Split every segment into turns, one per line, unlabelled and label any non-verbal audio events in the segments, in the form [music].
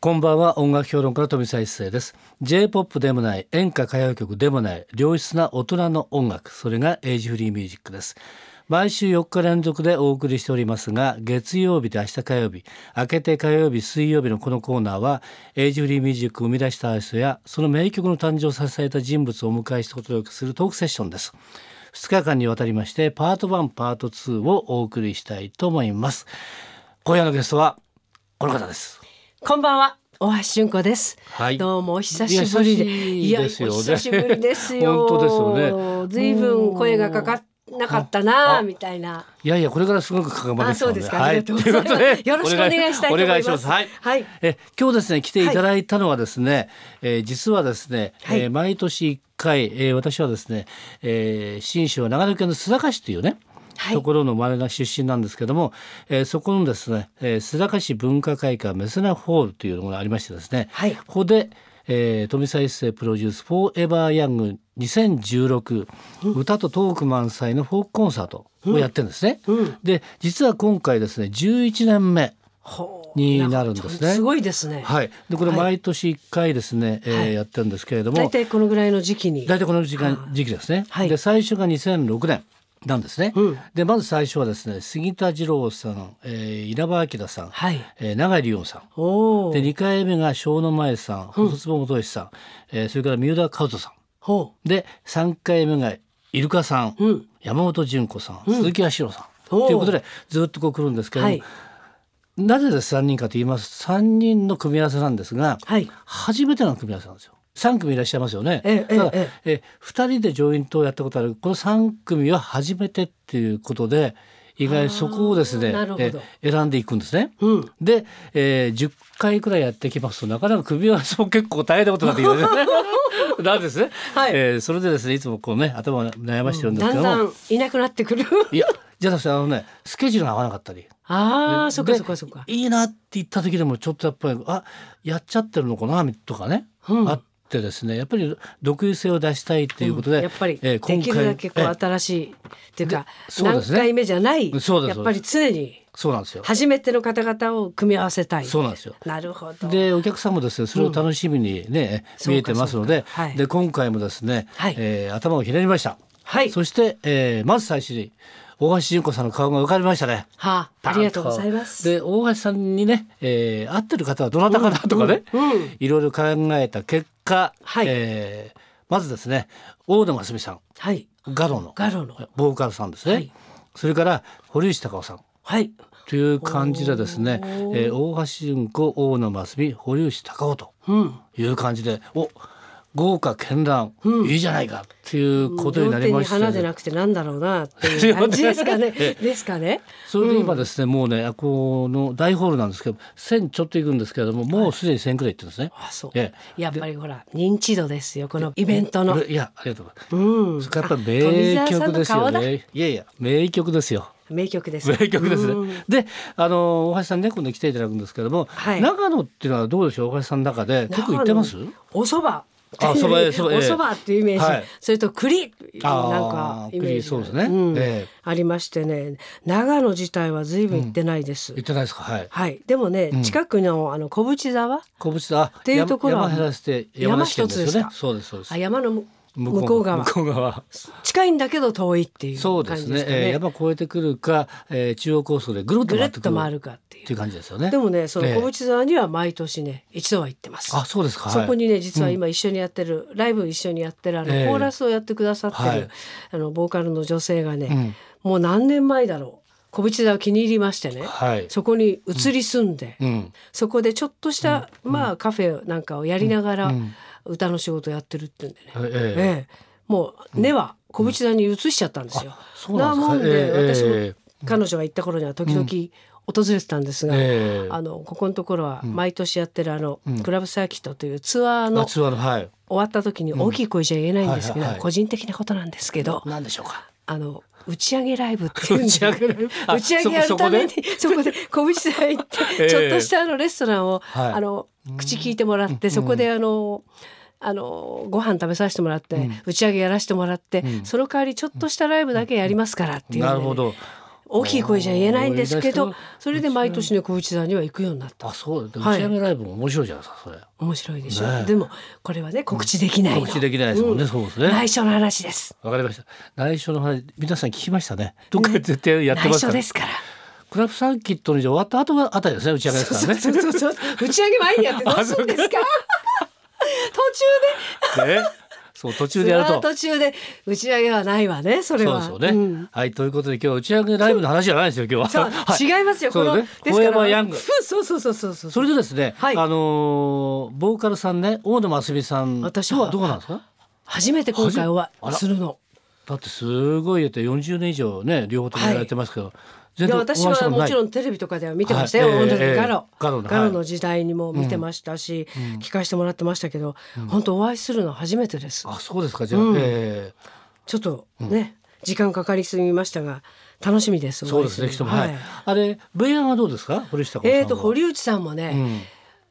こんばんは音楽評論家の富澤一世です J-POP でもない演歌歌謡曲でもない良質な大人の音楽それがエイジフリーミュージックです毎週4日連続でお送りしておりますが月曜日と明日火曜日明けて火曜日水曜日のこのコーナーはエイジフリーミュージックを生み出した人やその名曲の誕生を支えた人物をお迎えしてお届けするトークセッションです2日間にわたりましてパート1パート2をお送りしたいと思います今夜のゲストはこの方です
こんばんは。大橋純子です。
はい
どうもお久しぶりで。
いや久しぶりですよね
お久しぶりですよ。
本当ですよ
ね。ずいぶん声がかかっなかったな
あ
あみたいな。
いやいやこれからすごく関わっ
あ、
てきた
そう
の
で
です
か。ありがとうございます。
はいということで
よろしくお願いしたいと思
お
います。
願いしますはい
はい。
え今日ですね来ていただいたのはですね、えー実はですね、
はい
えー毎年1回、えー私はですね、えー新州は長野県の須坂市というね、
はい
ところの生まれな出身なんですけども、えーそこのですね、えー須坂市文化会館メセナホールというのがありましてですね、
はい
ここで、えー、富澤一世プロデュース「フォーエバーヤング2016、歌とトーク満載のフォークコンサートをやってるんですね。
うん。
で実は今回ですね11年目
ほ
になるんですね
かすごいですね。
はい、でこれ
はい
毎年1回ですね、えー
はい
やってるんですけれど
大
も
体このぐらいの時期に。
大体この時間時期ですね、
はい
で最初が2006年なんですね、
うん
でまず最初はですね杉田二郎さん、えー稲葉明さん、
はい。
えー永井理音さん
おお
で。2回目が小野前さん細坪元義さん、えーそれから三浦和人さ
ほ
んで3回目がイルカさん、
う。うん。
山本純子さん、
うん
鈴木八代さん
おー
ということでずっとこう来るんですけれど
は
も、
い。
なぜで3人かと言いますと3人の組み合わせなんですが、
はい。
初めての組み合わせなんですよ。三組いらっしゃいますよね。
ええ
ただ
ええ
え二人でジョイントをやったことある。この三組は初めてっていうことで、意外にそこをですね
あーなる、ほ
え
ど
選んでいくんですね。
うん。
で、えー、10回くらいやってきますとなかなか組み合わせも結構大変なことになってきます
[laughs]
ね。なんですね、
はい
えーそれでですねいつもこうね頭を悩ましてるんです
だ
けど
ん
も、
だんいなくなって
[laughs]
くる。
いやじゃなくてあのねスケジュールが合わなかったり
ああ、そっか
で
そっかそっか。
いいなって言った時でもちょっとやっぱりあやっちゃってるのかなとかね、
うん
あってですねやっぱり独立性を出したいということで、
やっぱり
え
で
ー今回
きるだけこ
え
う
ー
新しいっていうか
でそうで
何
すね
回目じゃないや
そうです
っぱり常に
そうなんですよ。
初めての方々を組み合わせたい
そうなんですよ
なるほど
でお客さんもですねそれを楽しみにね、
そうか
見えてますの
そう
で、
かはい
で今回もですね、
はい
えー頭をひねりました、
はい
そして、えーまず最初に大橋純子さんの顔が浮かびましたね。
はあ、ありがとうございます
で大橋さんにね、えー、合ってる方はどなたかなとかね、
うんうん
いろいろ考えた結果、
はい
えーまずですね大野真澄さん
はい
ガロの
ガロの
ボーカルさんですね、
はい
それから堀内孝雄さん
はい
という感じでですね、えー
おー
大橋純子大野真澄堀内孝雄と
うん
いう感じでお豪華絢爛、
うん
いいじゃないかっていうことになり
両手
ま
に
して、
花でなくてなんだろうなっていう感じですかね
[laughs] え
ですかね
それで今ですね、もうねあこの大ホールなんですけど1000ちょっといくんですけれどももうすでに1000くらいいってるんですね。
あそう
え
やっぱりほら認知度ですよこのイベントの
これいやありがとうございます。
うん
それからやっぱ
あ
名
富澤さ
曲
んの
ですよ
顔だ
ね。いやいや名曲ですよ。
名曲です
名曲です
うん
ね。で、あの大橋さんね今度来ていただくんですけども、
はい
長野っていうのはどうでしょう大橋さんの中で結構行ってます
長？野お蕎麦
あ
[laughs]
蕎麦ええ蕎麦ええ
お蕎麦っていうイメージ、
はい
それと栗
あー
なんかイメージが
栗そうですね
ん
ええ
ありましてね長野自体は随分行ってないです、
行ってないですか？はい。
はいでもね、近くのあの小淵沢
小渕さんって
いうところは
山減らして山
山
梨県
一
で
つ
すよ
です
ね
か。
そうですそうです
あ。山の向
向
向こう側
向こう側。
近いんだけど遠いっていう
そう
感
です
じ
ね
ですかね
えー山越えてくるか、えー中央高速でぐるっと
ぐる
回っ
って
く
と
る
回るかっていう
っていう感じですよね。
でもねその
ええ
小淵沢には毎年ね一度は行ってます
あそうですか。
そこ
はい
にね実は今一緒にやってる、ライブ一緒にやってるあの、
ええ
コーラスをやってくださってる、
はい
あのボーカルの女性がね、
ん
もう何年前だろう小淵沢気に入りましてね、
はい。
そこに移り住んで、
うん。
そこでちょっとした、まあカフェなんかをやりながら
ん
歌の仕事やってるってんでね、
えー
ええもう根は小淵沢に移しちゃったんですよ。
そうなんですか
もんで、
ええ
私も
ええ
彼女が行った頃には時々訪れてたんですが、
ええ
あのここのところは毎年やってるあの、クラブサーキットというツアーの
夏はのはい。
終わった時に大きい声じゃ言えないんですけ
うん
ど、
はいはいはい
個人的なことなんですけど、
なんでしょうか。
あの打ち上げライブっていうんで
[laughs] 打ち上げライ
[laughs]
ブあ
打ち上げやるために [laughs] そこで小渕さん行って、
[laughs] ええ
ちょっとしたあのレストランを、
はい
あの口聞いてもらって、そこであの。あのご飯食べさせてもらって、打ち上げやらせてもらって、その代わりちょっとしたライブだけやりますからっていうのでね、
なるほど。
大きい声じゃ言えないんです
お
け
ー
ど
言えないですけど
それで毎年ね小内座には行くようになった
あそうで打
はい
ち上げライブも面白いじゃないですかそれ
面白いでしょ、
ねえ
でもこれはね告知できないの
告知できないですもんね
う
そうですね
内緒の話です
わかりました内緒の話皆さん聞きましたねどっかで絶対やって
内
ます
緒
から
ですから
クラブサーキットにじゃあ終わった後があたりですね打ち上げですからね
そうそうそうそう打ち上げ前にやってどうするんですか途中で
[laughs] ねそう途中でやる
それ
と
は途中で打ち上げはないわねそれ
そう
は
ですよね、
ん
はいということで今日は打ち上げライブの話じゃないですよ今日
そう
は、 [laughs] はい、
違いますよ
そう
この
ね小山ヤング
ふそうそうそうそうそう
それでですね、
はい
あのーボーカルさんね大野真澄さん
私
と
は
はどうなんですか
初めて今回は
あら
するの
だってすごい言って40年以上ね両方ともやられてますけど、全
で
然お
私
会いしたこと
は
な
も
い
ちろんテレビとかでは見てましたよ、
はいええ
本当に
ええ
ガロ、
ガロの
の
はい
時代にも見てましたし、聞かせてもらってましたけど、本当お会いするの初めてです
あそうですかじゃあ、
うん
えー
ちょっとね、時間かかりすぎましたが楽しみです
そうですね人も
は
はいい、あれ VR はどうですか堀下さんは
えーと堀内さんもね、
うん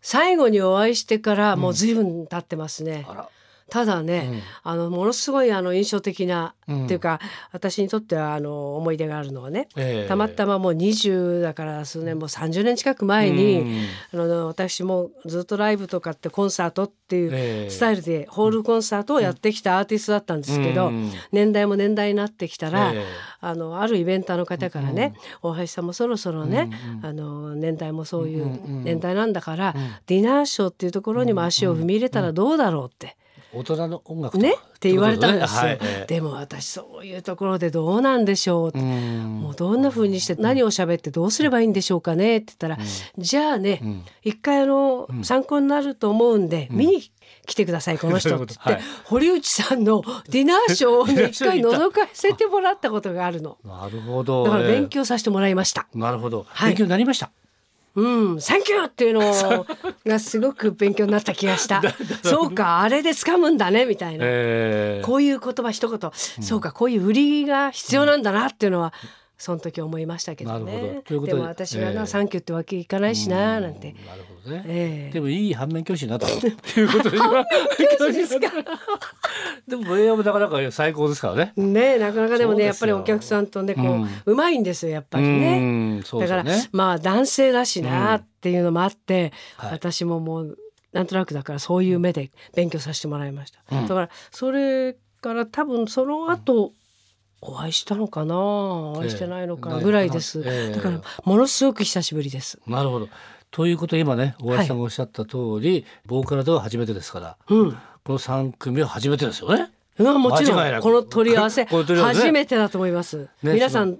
最後にお会いしてからもう随分経ってますね、
あら
ただね、あのものすごいあの印象的な、
うん
っていうか私にとってはあの思い出があるのはね、
えー
たまたまもう20だから数年もう30年近く前に、あの私もずっとライブとかってコンサートってい
ええ
うスタイルでホールコンサートをやってきたアーティストだったんですけど、
うん
年代も年代になってきたら、
ええ
あのあるイベンターの方からね、大橋さんもそろそろね、あの年代もそういう年代なんだから、ディナーショーっていうところにも足を踏み入れたらどうだろうって。
大人の音楽と
ねって言われたんですよ、
ってことねはいえ
でも私そういうところでどうなんでしょうって、
ーうん
もうどんな風にして何を喋ってどうすればいいんでしょうかねって言ったら、じゃあね、一回あの、参考になると思うんで、見に来てくださいこの人 [laughs] って言っ
は
て、
い
堀内さんのディナーショーをね
ディナーショー
一回
に行った
覗かせてもらったことがある [laughs] の
なるほど
だから
えー
勉強させてもらいました、
なるほど、
はい
勉強になりました
うん、サンキューっていう [laughs] のがすごく勉強になった気が [laughs] したそうかあれで掴むんだねみたいな、
えー
こういう言葉一言、そうかこういう売りが必要なんだなっていうのは、その時思いましたけど
なるほど
ね
ということで
でも私はな、
ええ
サンキューってわけいかないしななんて、
なるほどね、
ええ
でもいい反面教師になったということ
[laughs]
で反面
教
[laughs]
師ですか
でも VR もなかなか最高ですからね
ねなかなかでも
そうです
ね
よ
やっぱりお客さんとねこう、う
うん
まいんですよやっぱりね。
うんそうで
だ
す
か
よ
ら、
ね
まあ男性だしなっていうのもあって、
はい
私ももうなんとなくだからそういう目で勉強させてもらいました。
うん
だからそれから多分その後、お会いしたのかなお会いしてないのかなぐらいです、
ええ
だからものすごく久しぶりです
なるほどということで今ね大橋さんがおっしゃった通り、ボーカルとは初めてですから
うん
この三組は初めてですよね
うわもちろ
間違いなんく
この取り合わせ
この取り合わせね
初めてだと思います、
ね
皆さ
そ
ん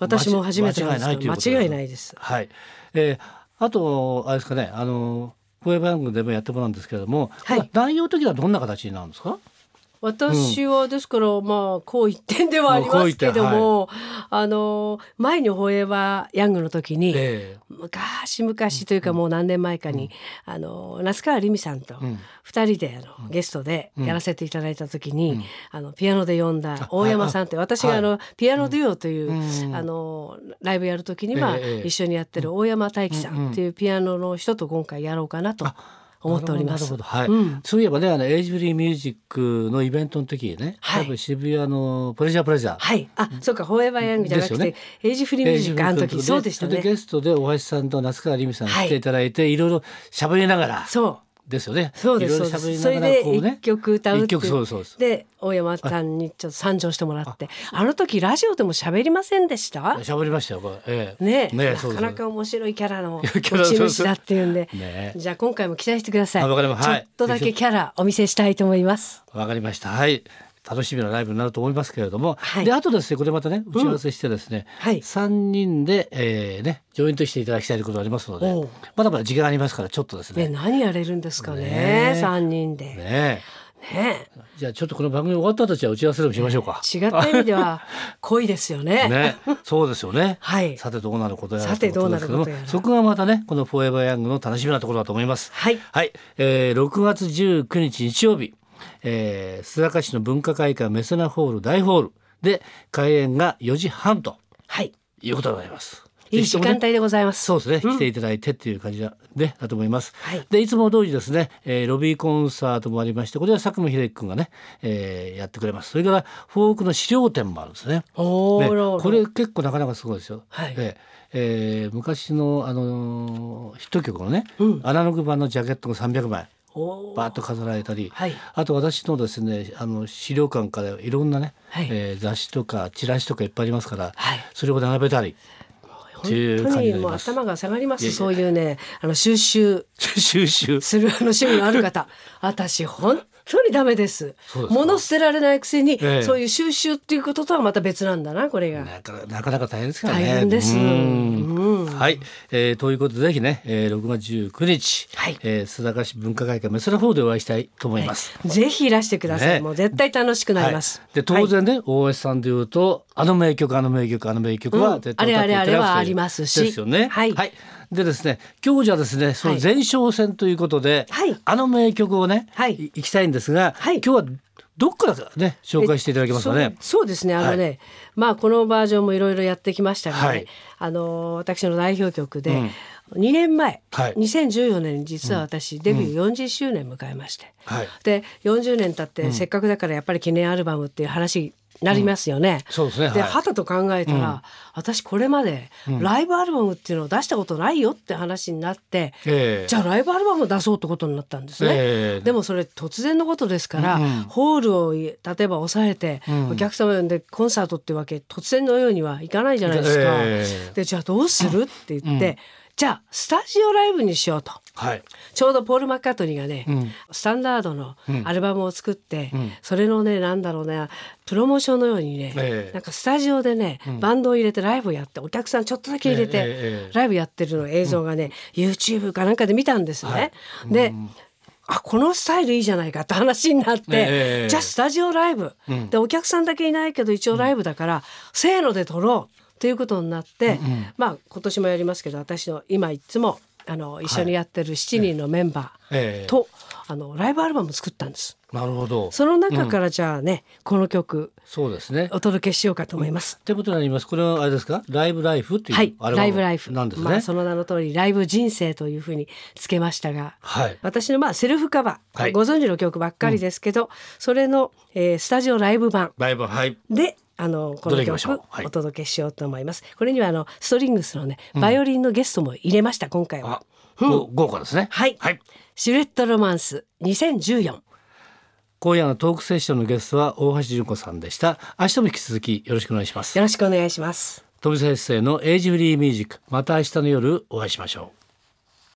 私も初めてなんですけ
間違いないという
ど
ことですね
間違いないです
はい、えー、あとあれですかねあの声番組でもやってもらうんですけれども、
はい
内容的にはどんな形になるんですか
私はですから、まあこう一点ではありますけども、あの前にホエバーヤングの時に、
え
昔昔というかもう何年前かに、あの夏川りみさんと
ん
二人であの、ゲストでやらせていただいた時に、あのピアノで呼んだ大
は
山
い
さんって、
あ
私があの、
は
ピアノデュオという、
うん
あのライブやる時には、
ええええ
一緒にやってる大山大樹さんっていうピアノの人と今回やろうかなと思っておりま
なる
す
ほ。どなるほどはい。
うん
そういえばね、あのエイジフリーミュージックのイベントの時にね、
はい
多分渋谷のプレジャープレジャー。
はい、あ、そうか、フォーエバーヤングじゃなくて、
ですよね
エイジフリーミュージックあの時、そうでした
それで
ね。
ゲストで大橋さんと夏川りみさん来ていただいて、い、ろいろ喋りながら
そう。
ですよね。
そうです
いろいろ
そう
喋
で
り
すそ
な
れ
がら
で
こうね。
一曲歌うっていう
一曲そうですそうです。
で、大山さんにちょっと参上してもらって、あの時ラジオでも喋りませんでした。
喋りましたよこれ。ええ
ねえ、
ねえ
な
そう
か
です
なか面白いキャラの
キ
持
ャラ
ち主だっていうんで、
[laughs] ねえ
じゃあ今回も期待してください。
あわかりまし
ちょ
た
っとだけキャラお見せしたいと思います。
わかりました。はい。楽しみなライブになると思いますけれども、
はい
であとですねこれまたね打ち合わせしてですね、
うんはい
3人で、えーねジョイントしていただきたいということがありますので
おう
まだまだ時間ありますからちょっとですね
ね、何やれるんですか
ね
ね、
え
三人で。ね
ねえじゃあちょっとこの番組終わった後じゃあ打ち合わせでもしましょうか。
え違った意味では濃いですよ
[laughs]
ね。[laughs]
ね、そうですよね。
はい
さてどうなることやら
さてどうな
と
る
い
こ
うこと
と
で
や
すけど
ら
も、そこがまたねこのフォーエバーヤングの楽しみなところだと思います。
はい
はい、えー、6月19日日曜日、えー、須坂市の文化会館メセナホール大ホールで開演が4時半と
はい。
いうことになります。
いい時間帯でございます。
そうですね、来ていただいてっていう感じだ,、ね、だと思います。
はい
でいつも通りですね、えーロビーコンサートもありましてこれは佐久間秀樹君がね、えーやってくれますそれからフォークの資料展もあるんですね。
お
ね
ーろー
これ結構なかなかすごいですよ。
はい
でえー昔の、あのーヒット曲のね、
うん
アナログ版のジャケットが300枚
おー
バーッと飾られたり、
はい
あと私のですねあの資料館からいろんなね、
はい
えー雑誌とかチラシとかいっぱいありますから、
はい
それを並べたり [laughs]
本
いう感
当
じに
に
なり
もう
ます
頭が下がります
いやいや
そういうねあの収集
収集
する [laughs] あの趣味のあ
[laughs]
る方私本当にダメです
そうですか
物捨てられないくせに、
ええ
そういう収集っていうこととはまた別なんだなこれが、
なかなかなか大変ですからね。
大変です
うん
うん
はい、えーということでぜひね、えー6月19日、
はい
えー須坂市文化会館メスラフォーでお会いしたいと思います。
ぜひいらしてください、
ね
もう絶対楽しくなります、
はい、で当然ね、大江さんでいうとあの名曲あの名曲あの名曲
う
は
ん
絶対歌っていただくという
あれあれあれはありますし
ですよね。
はい
でですね今日じゃですねその前哨戦ということで、
はい
あの名曲をね、
はい
い行きたいんですが、
はい
今日はどっからかね紹介していただけますかね。
そうそうですねあのね、
は
まあこのバージョンもいろいろやってきましたがね、
はい
あの私の代表曲で、2年前、
はい
2014年に実は私デビュー40周年迎えまして、
はい
で40年経ってせっかくだからやっぱり記念アルバムっていう話になりますよね。
そうですね。
で、
はい
はたと考えたら、私これまでライブアルバムっていうのを出したことないよって話になって、
ええ
じゃあライブアルバムを出そうってことになったんですね。
ええ
でもそれ突然のことですから、ホールを例えば抑えて、お客様呼んでコンサートってわけ突然のようにはいかないじゃないですか。
ええ
でじゃあどうするって言って、じゃあスタジオライブにしようと。
はい。
ちょうどポール・マッカートニーがね、
ん
スタンダードのアルバムを作って、それのねなんだろうねプロモーションのようにね、
ええ
なんかスタジオでね、バンドを入れてライブをやってお客さんちょっとだけ入れて、
ええええ
ライブやってるの映像がね、YouTube かなんかで見たんですね。で、あこのスタイルいいじゃないかって話になって、
ええ
じゃあスタジオライブ、でお客さんだけいないけど一応ライブだから、せーので撮ろうということになって、まあ今年もやりますけど私の今いつもあの一緒にやってる7人のメンバ
ええ
ーと、あのライブアルバムを作ったんです。
なるほど。
その中からじゃあね、この曲
そうですね。
お届けしようかと思います
っ。てことになります。これはあれですか、ライブライフっていう
はい、
アル
ラ
バ
イブライフ
ムなんですね。
まあその名の通りライブ人生というふうにつけましたが、
はい。
私のまあセルフカバー、
はい
ご存知の曲ばっかりですけど、それの、えースタジオライブ版
ライブはい。
であのこ
どれ
の
いきましょう
曲
はい
お届けしようと思います。これにはあのストリングスのねバイオリンのゲストも入れました、今回
あ。、
は
ご豪華ですね。
はい
はい。
シルエットロマンス2014。
今夜のトークセッションのゲストは大橋純子さんでした。明日も引き続きよろしくお願いします
よ。ろしくお願いします。
富澤一世のエイジフリーミュージック。また明日の夜お会いしましょう。